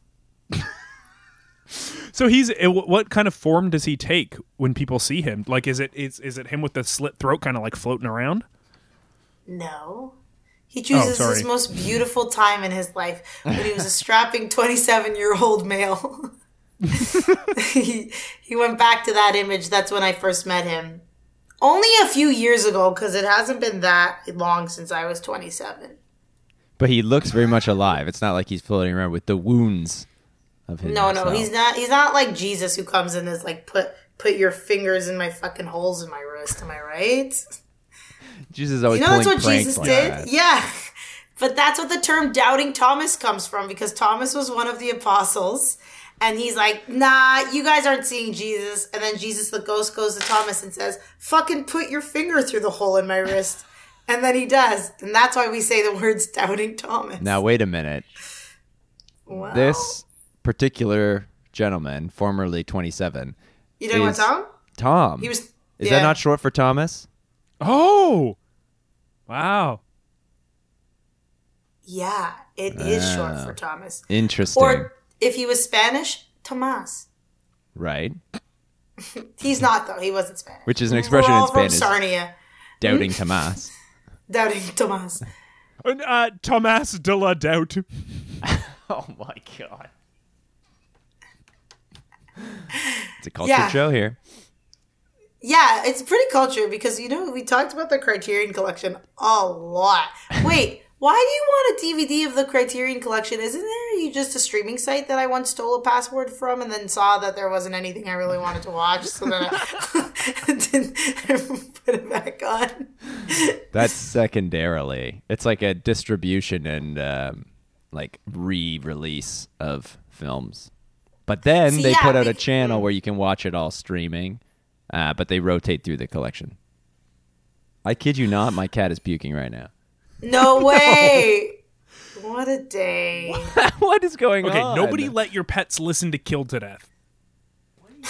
So he's eh, wh- what kind of form does he take when people see him? Like, is it is is it him with the slit throat, kind of like floating around? No. He chooses sorry. his most beautiful time in his life when he was a strapping 27 year old male. he, he went back to that image. That's when I first met him. Only a few years ago, because it hasn't been that long since I was 27. but he looks very much alive. It's not like he's floating around with the wounds of his. No, no, he's not. He's not like Jesus who comes in as like put put your fingers in my fucking holes in my wrist. Am I right? Jesus is always You know that's pulling what pranks Jesus like did. that. Yeah, but that's what the term doubting Thomas comes from because Thomas was one of the apostles, and he's like, "Nah, you guys aren't seeing Jesus." And then Jesus, the ghost, goes to Thomas and says, "Fucking put your finger through the hole in my wrist." And then he does, and that's why we say the words doubting Thomas. Now wait a minute. Wow. This particular gentleman, formerly 27, you don't want is- Tom? Tom. He was. is yeah. that not short for Thomas? Oh, wow! Yeah, it is short for Thomas. Interesting, Or if he was Spanish, Tomás. right? He's not though. He wasn't Spanish. Which is an expression We're all in Spanish, from Sarnia, doubting Tomas. doubting Tomás. And, uh, Thomas de la Doubt. Oh my god. It's a culture Yeah. show here. Yeah, it's pretty cultured because you know we talked about the Criterion Collection a lot. Wait, why do you want a DVD of the Criterion Collection? Isn't there you just a streaming site that I once stole a password from and then saw that there wasn't anything I really wanted to watch, so then I didn't put it back on. That's secondarily. It's like a distribution and um, like re-release of films. But then See, they yeah, put out a bec- channel where you can watch it all streaming, uh, but they rotate through the collection. I kid you not, my cat is puking right now. No way! What a day! what is going Okay, on? nobody let your pets listen to Kill to Death.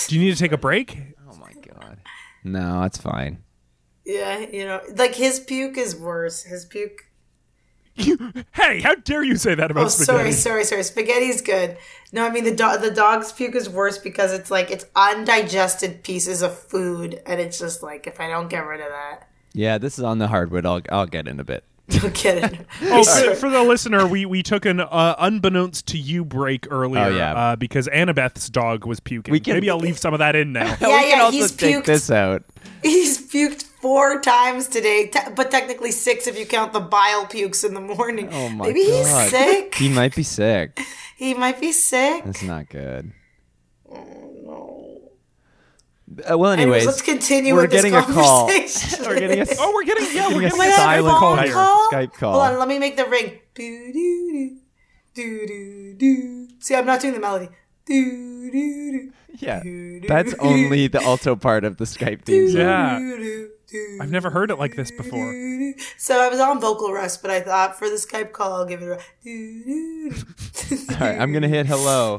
Do you need to take a break? Oh my god. No, that's fine. Yeah, you know, like his puke is worse. His puke. hey, how dare you say that about Oh, spaghetti? sorry, sorry, sorry. Spaghetti's good. No, I mean the dog. The dog's puke is worse because it's like it's undigested pieces of food, and it's just like if I don't get rid of that, Yeah, this is on the hardwood. I'll I'll get in a bit. you'll get it. Oh, for, for the listener, we, we took an uh, unbeknownst to you break earlier Oh, yeah. uh, because Annabeth's dog was puking. We can- Maybe I'll leave some of that in now. Yeah, we can yeah, also he's take puked. this out. He's puked four times today, te- but technically six if you count the bile pukes in the morning. Oh my Maybe God. he's sick. He might be sick. He might be sick. That's not good. Uh, well, Oh, anyways, Anyways, let's continue we're with getting a this call. conversation. we're getting a oh, we're getting yeah, we're Yes. getting Oh my God, Silent phone call. call? Skype call. Hold on, let me make the ring. Do do do do do. See, I'm not doing the melody. Do do yeah. do. That's only the alto part of the Skype theme song. Yeah. I've never heard it like this before. So I was on vocal rest, but I thought for the Skype call, I'll give it a. Do, do, do. All right, I'm gonna hit hello.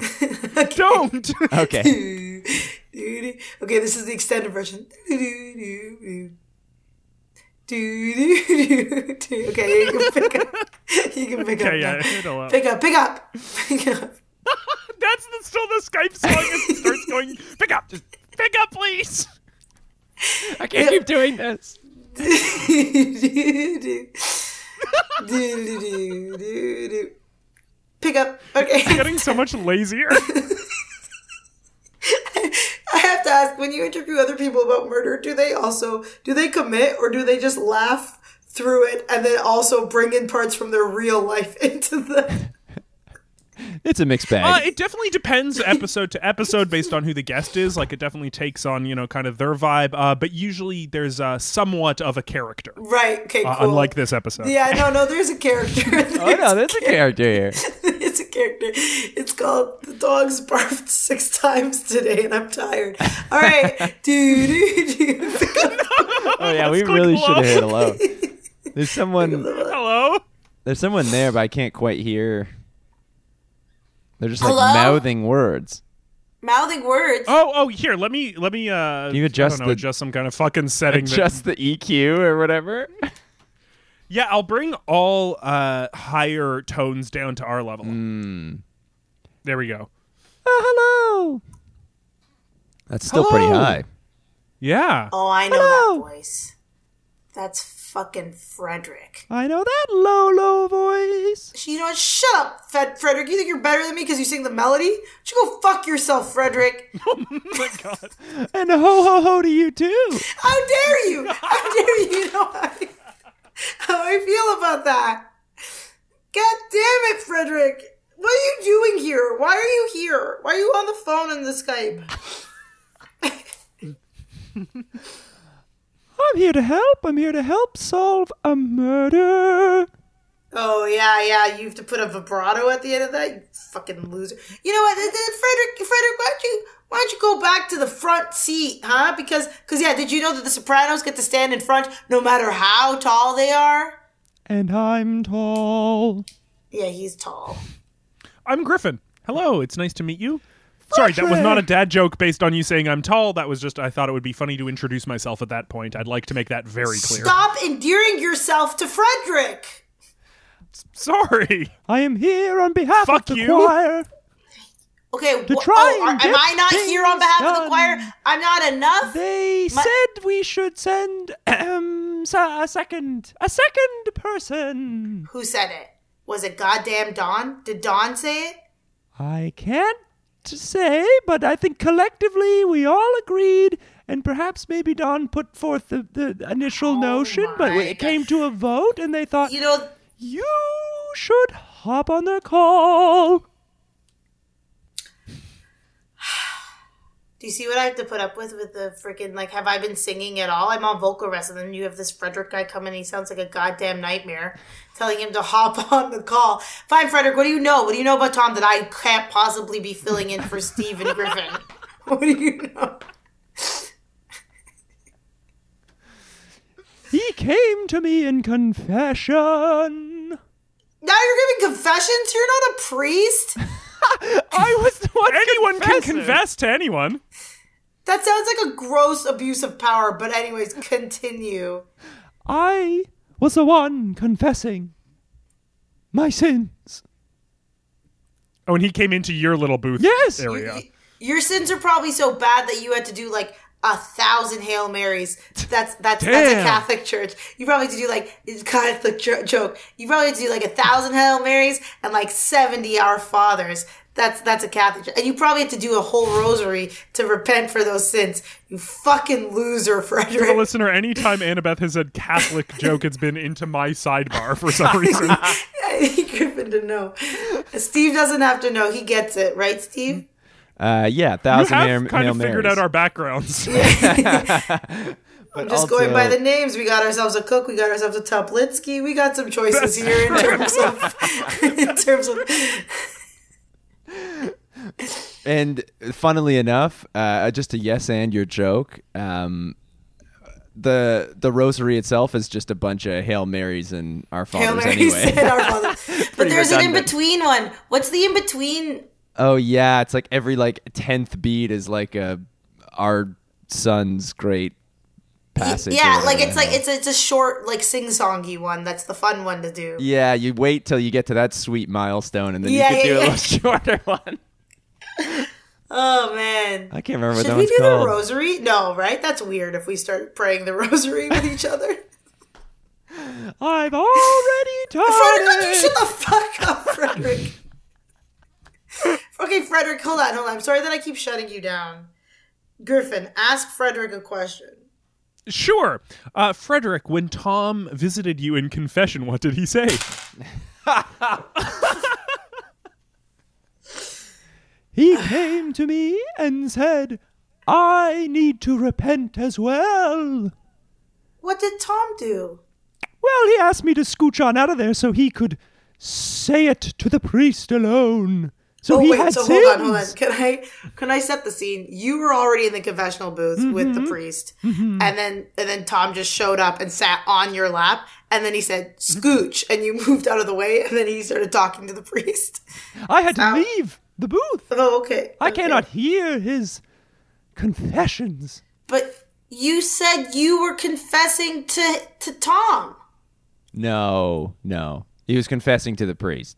Don't. Okay. Okay, this is the extended version. Okay, you can pick up. You can pick Okay, yeah, up. now. it'll, uh, Pick up, pick up, pick up. That's the, still the Skype song. It starts going, pick up, just pick up, please. I can't keep doing this. Pick up. Okay. Getting so much lazier. I have to ask when you interview other people about murder, do they also do they commit or do they just laugh through it and then also bring in parts from their real life into the It's a mixed Uh, bag. it definitely depends episode to episode based on who the guest is. Like it definitely takes on you know kind of their vibe. Uh, but usually there's uh, somewhat of a character, Right, okay, cool. uh, unlike this episode. Yeah, no, no, there's a character. oh no, there's a character here. it's a character. It's called The Dog's Barfed Six Times Today and I'm Tired. All right. do, do, do. Pick up. Oh yeah, we Let's click really should hello. have hit hello. There's someone. Hello. There's someone there, but I can't quite hear. They're just like Hello? mouthing words. Mouthing words. Oh, oh, here. Let me let me. Uh, you adjust I don't know, the- adjust some kind of fucking setting. that- Just the EQ or whatever. yeah, I'll bring all uh higher tones down to our level. There we go. hello. That's still pretty Hello. high. Yeah. Oh, I know Hello. that voice. That's fucking Frederick. I know that low, low voice. She- You know what? Shut up, Fed Frederick. You think you're better than me because you sing the melody? You go fuck yourself, Frederick. And ho, ho, ho to you too. How dare you? How dare you? You know how I, how I feel about that. God damn it, Frederick. What are you doing here? Why are you here? Why are you on the phone in the Skype? I'm here to help. I'm here to help solve a murder. Oh, yeah, yeah. You have to put a vibrato at the end of that? You fucking loser. You know what? Frederick, Frederick, why don't you. Why don't you go back to the front seat, huh? Because, cause yeah, did you know that the Sopranos get to stand in front no matter how tall they are? And I'm tall. Yeah, he's tall. I'm Griffin. Hello, it's nice to meet you. Sorry, that was not a dad joke based on you saying I'm tall. That was just I thought it would be funny to introduce myself at that point. I'd like to make that very clear. Stop endearing yourself to Frederick. Sorry. I am here on behalf Fuck of the you. choir. Okay, wh- try oh, are- and am get I not here on things behalf of the done. choir? I'm not enough. They said we should send um, sa- a second, a second person. Who said it? Was it goddamn Don? Did Don say it? I can't say, but I think collectively we all agreed and perhaps maybe Don put forth the, the initial Oh notion, but my it came to a vote, and they thought You know, you should hop on the call. do you see what I have to put up with with the freaking like? Have I been singing at all? I'm on vocal rest, and then you have this Frederick guy come in. He sounds like a goddamn nightmare, telling him to hop on the call. Fine, Frederick. What do you know? What do you know about Tom that I can't possibly be filling in for Stephen Griffin? What do you know? He came to me in confession. Now you're giving confessions. You're not a priest. I was the one Anyone can confessing. confess to anyone. That sounds like a gross abuse of power. But anyways, continue. I was the one confessing my sins. Oh, and he came into your little booth Yes! area. Your sins are probably so bad that you had to do like a thousand Hail Marys. That's that's that's a Damn. Catholic church. You probably had to do like it's Catholic jo- joke. You probably had to do like a thousand Hail Marys and like seventy Our Fathers. That's that's a Catholic, church. and you probably had to do a whole rosary to repent for those sins. You fucking loser, For the Frederick. listener, anytime Annabeth has said Catholic joke, it's been into my sidebar for some reason. I need Griffin to know. Steve doesn't have to know. He gets it, right, Steve? Uh, yeah, You thousand have Hail- kind Hail of figured Marys. out our backgrounds. But Just also- going by the names, we got ourselves a Cook, we got ourselves a Toplitsky, we got some choices here in terms of in terms of And funnily enough, uh, just to yes and your joke, um, the the rosary itself is just a bunch of Hail Marys and Our Fathers Hail Marys anyway. and Our Father. But there's an in redundant. between one. What's the in between? Oh yeah, it's like every like tenth beat is like a our son's great passage. or Yeah, like whatever. it's like it's it's a short like sing songy one. That's the fun one to do. yeah. You wait till you get to that sweet milestone, and then Yeah, you can yeah, do a yeah. little shorter one. Oh man. I can't remember what Should that we one's do called. the rosary? No, right? That's weird if we start praying the rosary with each other. I've already Frederick, done you it. shut the fuck up, Frederick. okay, Frederick, hold on, hold on. I'm sorry that I keep shutting you down. Griffin, ask Frederick a question. sure. Uh, Frederick, when Tom visited you in confession, what did he say? He came to me and said, I need to repent as well. What did Tom do? Well, he asked me to scooch on out of there so he could say it to the priest alone. So Oh, he had Oh, so sins. hold on, hold on. Can I can I set the scene? You were already in the confessional booth with Mm-hmm. the priest, and then and then Tom just showed up and sat on your lap, and then he said "scooch," and you moved out of the way, and then he started talking to the priest. I had to Ow. leave the booth. Oh, okay. I okay. cannot hear his confessions. But you said you were confessing to to Tom. No, no. He was confessing to the priest.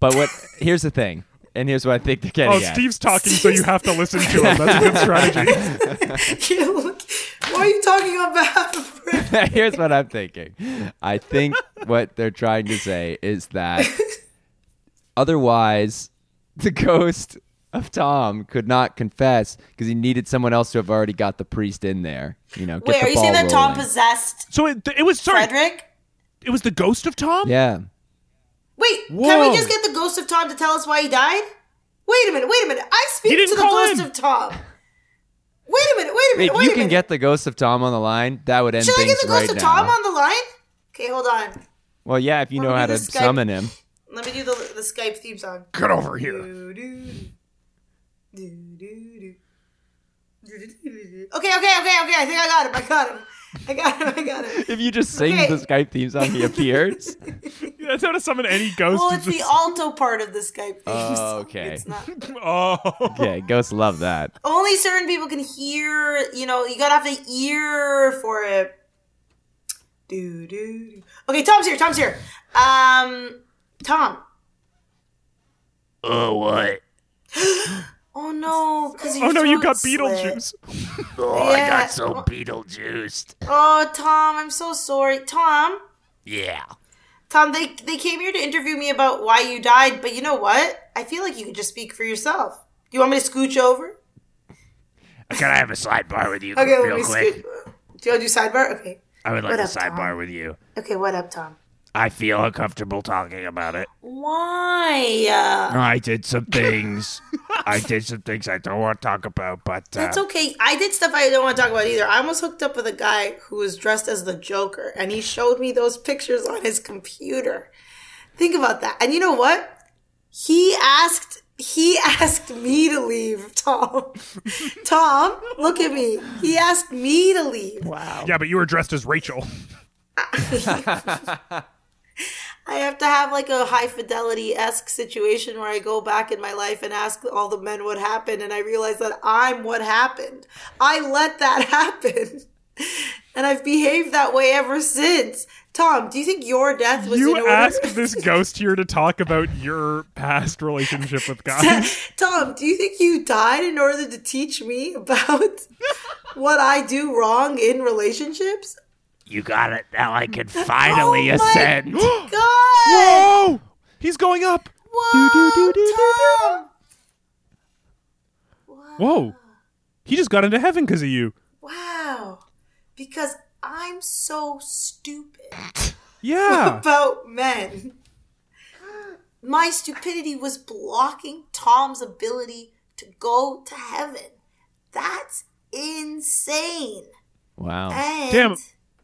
But what? here's the thing, and here's what I think they're getting Oh, at. Steve's talking, so you have to listen to him. That's a good strategy. Yeah, look, why are you talking on behalf of Fred? Here's what I'm thinking. I think what they're trying to say is that otherwise, the ghost of Tom could not confess because he needed someone else to have already got the priest in there. You know, get Wait, the are you ball saying that Tom rolling. possessed So it, it was sorry. Frederick? It was the ghost of Tom. Yeah. Wait, can Whoa. we just get the ghost of Tom to tell us why he died? Wait a minute, wait a minute. I He speak didn't to the call ghost in. of Tom. Wait a minute, wait a Wait, minute, wait you a can minute. get the ghost of Tom on the line. That would end Should I things get the right ghost of now. Tom on the line? Okay, hold on. well, yeah, if you Wanna know do how to the Skype? summon him. Let me do the, the Skype theme song. Get over here. Do, do, do, do, do. Do, do, do, do, do. Okay, okay, okay, okay. I think I got him. I got him. I got him. I got him. If you just sing Okay. the Skype theme song, he appears. That's how to summon any ghost. Well, is it's the just- alto part of the Skype theme. Oh, song. okay. It's not. oh. yeah, ghosts love that. Only certain people can hear. You know, you gotta have the ear for it. Do do. do. Okay, Tom's here. Tom's here. Um, Tom. Oh, what? Oh no! 'cause your Oh no, you throat got slit. Beetlejuice. Oh, I Yeah. got so Beetlejuiced. Oh, Tom, I'm so sorry, Tom. Yeah. Tom, they they came here to interview me about why you died, but you know what? I feel like you could just speak for yourself. Do you want me to scooch over? Can I have a sidebar with you Okay, let real me quick? scoot. Do you want to do sidebar? Okay. I would like What a up, Tom? sidebar with you. Okay, what up, Tom? I feel uncomfortable talking about it. Why? Uh, I did some things. I did some things I don't want to talk about, but uh, That's okay. I did stuff I don't want to talk about either. I almost hooked up with a guy who was dressed as the Joker, and he showed me those pictures on his computer. Think about that. And you know what? He asked. He asked me to leave, Tom. Tom, look at me. He asked me to leave. Yeah, but you were dressed as Rachel. I have to have like a high fidelity esque situation where I go back in my life and ask all the men what happened, and I realize that I'm what happened. I let that happen, and I've behaved that way ever since. Tom, do you think your death was in You order? asked this ghost here to talk about your past relationship with God. Tom, do you think you died in order to teach me about what I do wrong in relationships? you got it. Now I can finally Oh my- ascend. God! Oh, he's going up. Whoa, Tom! Whoa. He just got into heaven because of you. Wow. Because I'm so stupid. Yeah. about men. My stupidity was blocking Tom's ability to go to heaven. That's insane. Wow. And Damn.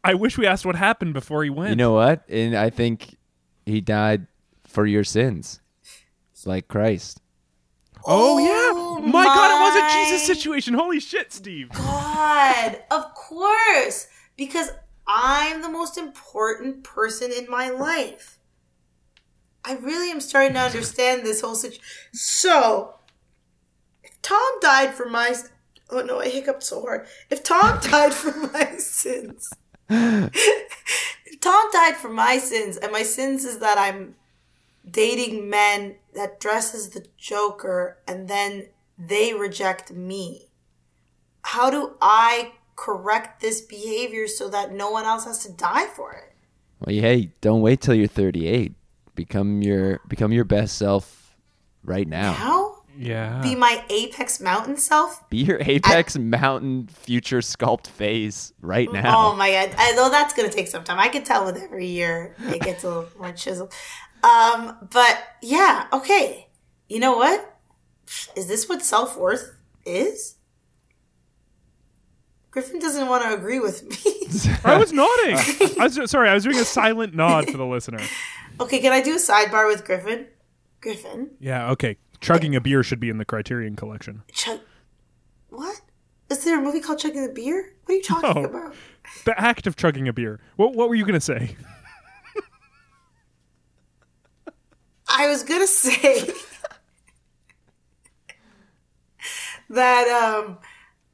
I wish we asked what happened before he went. You know what? And I think he died for your sins, like Christ. Oh, Oh yeah. My, God, it was a Jesus my situation. Holy shit, Steve. God, of course, because I'm the most important person in my life. I really am starting to understand this whole situation. So, if Tom died for my, oh no, I hiccuped so hard. If Tom died for my sins, if Tom died for my sins, and my sins is that I'm dating men that dress as the Joker, and then they reject me how do I correct this behavior so that no one else has to die for it? Well, hey, don't wait till you're 38. Become your become your best self right now. How? Yeah. Be my apex mountain self? Be your apex mountain future sculpt phase right now. Oh my god. I know that's gonna take some time. I can tell with every year it gets a little more chiseled. Um, but yeah, okay. You know what? Is this what self worth is? Griffin doesn't want to agree with me. I was nodding. I was, sorry, I was doing a silent nod for the listener. okay, can I do a sidebar with Griffin? Griffin? Yeah, okay. Chugging a beer should be in the Criterion collection. Chug. What? Is there a movie called Chugging the Beer? What are you talking No. about? The act of chugging a beer. What, what were you going to say? I was gonna say that. Um,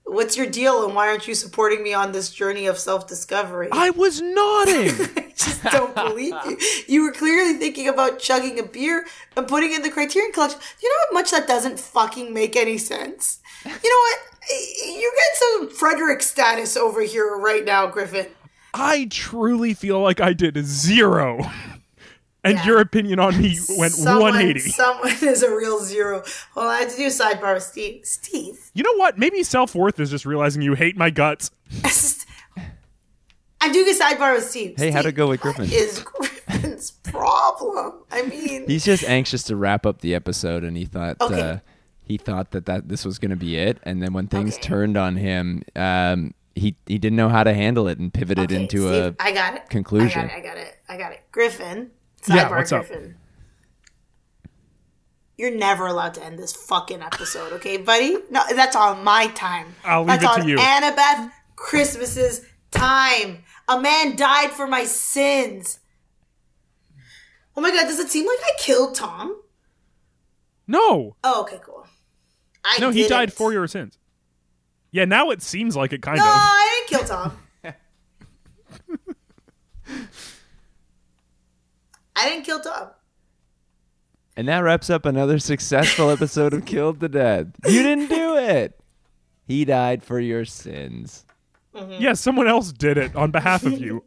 what's your deal, and why aren't you supporting me on this journey of self-discovery? I I was nodding. just don't believe you. You were clearly thinking about chugging a beer and putting it in the Criterion Collection. You know how much that doesn't fucking make any sense. You know what? You get some Frederick status over here right now, Griffin. I truly feel like I did zero. And Yeah. your opinion on me went someone, 180. Someone is a real zero. Well, I have to do a sidebar with Steve. Steve, You know what? Maybe self worth is just realizing you hate my guts. I'm doing a sidebar with Steve. Hey, how'd it Steve, go with what Griffin? Is Griffin's problem? I mean, He's just anxious to wrap up the episode, and he thought Okay. uh, he thought that, that this was going to be it. And then when things turned on him, um, he he didn't know how to handle it and pivoted Okay, into Steve, a I got it. conclusion. I got it. I got it. I got it. Griffin. Sidebar Yeah, what's up? Griffin. You're never allowed to end this fucking episode, okay, buddy? No, that's on my time. I'll leave that's it to on you. Annabeth Christmas's time. A man died for my sins. Oh my god, does it seem like I killed Tom? No. Oh, okay, cool. I No, he didn't. died for your sins. Yeah, now it seems like it kind No, of. I didn't kill Tom. I didn't kill Tom. And that wraps up another successful episode of Killed to Death. You didn't do it. He died for your sins. Yeah, someone else did it on behalf of you.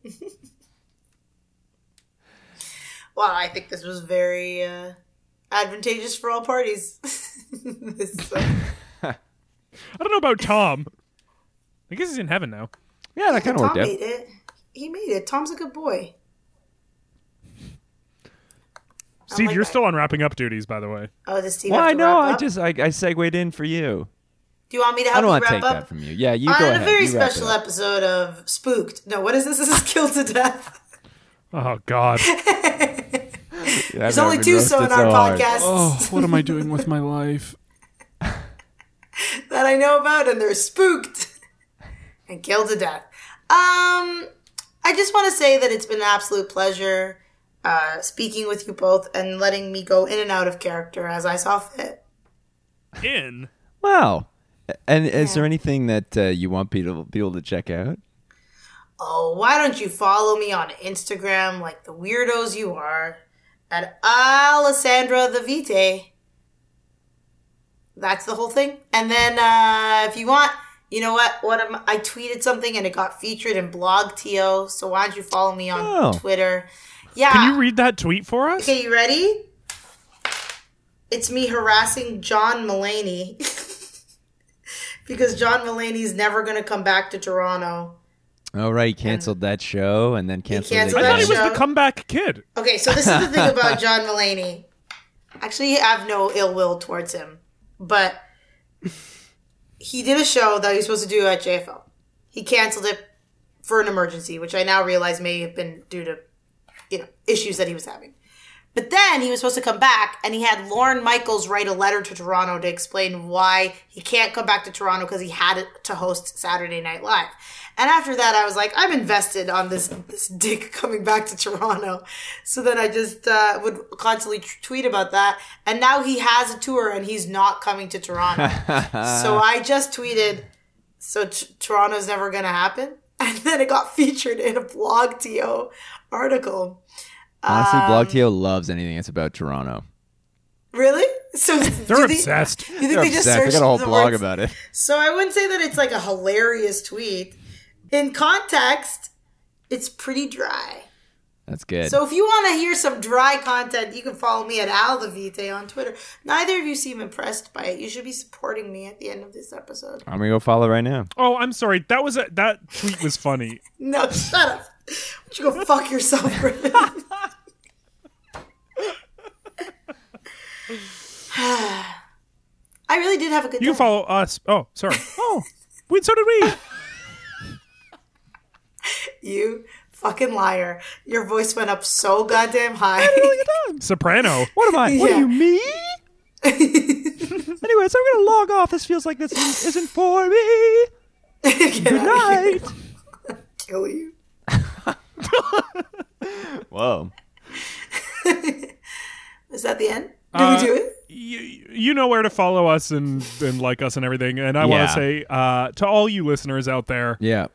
Well, I think this was very uh, advantageous for all parties. So- I don't know about Tom. I guess he's in heaven now. Oh Yeah, that kind of Tom worked out. made it. He made it. Tom's a good boy. Steve, like you're that. still on wrapping up duties, by the way. Oh, does Steve? Well, have I to know. wrap I up? just I, I segued in for you. Do you want me to help I don't you want wrap to take up? that from you. Yeah, you on go a ahead. very You wrap it special up. episode of Spooked. No, what is this? This is Killed to Death. Oh God. Yeah, There's I've only been two roasted so in our hard. podcast what am I doing with my life? that I know about, and they're spooked and killed to death. Um, I just want to say that it's been an absolute pleasure uh, speaking with you both and letting me go in and out of character as I saw fit. in. Wow. And is there anything that uh, you want people people to check out? Oh, why don't you follow me on Instagram like the weirdos you are at Alessandra the Vitae. That's the whole thing. And then uh, if you want, you know what? What am, I tweeted something and it got featured in BlogTO. So why don't you follow me on Oh. Twitter? Yeah. Can you read that tweet for us? okay, you ready? It's me harassing John Mullaney because John Mullaney's never going to come back to Toronto. Oh right, he canceled that show and then canceled. canceled it I that thought he again. was show. the comeback kid. Okay, so this is the thing about John Mulaney. Actually, I have no ill will towards him, but he did a show that he was supposed to do at JFL. He canceled it for an emergency, which I now realize may have been due to you know issues that he was having. But then he was supposed to come back, and he had Lauren Michaels write a letter to Toronto to explain why he can't come back to Toronto because he had to host Saturday Night Live. And after that, I was like, I'm invested on this this dick coming back to Toronto. So then I just uh, would constantly t- tweet about that. And now he has a tour, and he's not coming to Toronto. so I just tweeted, so t- Toronto's never gonna happen. And then it got featured in a blog to article. Honestly, Um, Blogto loves anything that's about Toronto. Really? So They're obsessed. You think They're they just obsessed. They searched got a whole the blog words? about it. So I wouldn't say that it's like a hilarious tweet. In context, it's pretty dry. That's good. So if you want to hear some dry content, you can follow me at Al the Vitae on Twitter. Neither of you seem impressed by it. You should be supporting me at the end of this episode. I'm gonna go follow right now. Oh, I'm sorry. That was a that tweet was funny. No, shut up. Why don't you go fuck yourself, Griffin? I really did have a good You can time. follow us. Oh, sorry. Oh, we so did we. You fucking liar. Your voice went up so goddamn high. Soprano. What am I? What Yeah. are you, me? Anyways, I'm gonna log off. This feels like this isn't- isn't for me. Good Night. Kill you. Whoa. Is that the end? Did Uh, we do it? you, you know where to follow us and, and like us and everything. And I want Yeah. to say uh, to all you listeners out there, Yeah.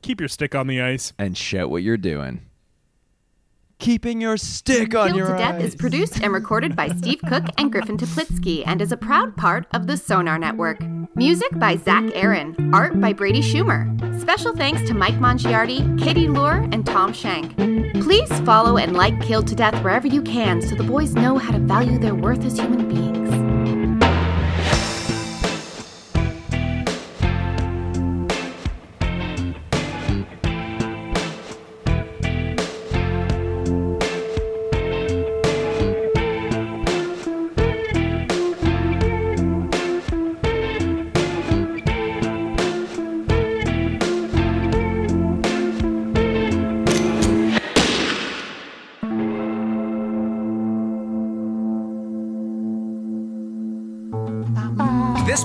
keep your stick on the ice. And shout what you're doing. Keeping your stick on Killed your to Death eyes. is produced and recorded by Steve Cook and Griffin Toplitsky and is a proud part of the Sonar Network. Music by Zach Aaron. Art by Brady Schumer. Special thanks to Mike Mongiardi, Katie Lure, and Tom Shank. Please follow and like Killed to Death wherever you can so the boys know how to value their worth as human beings. This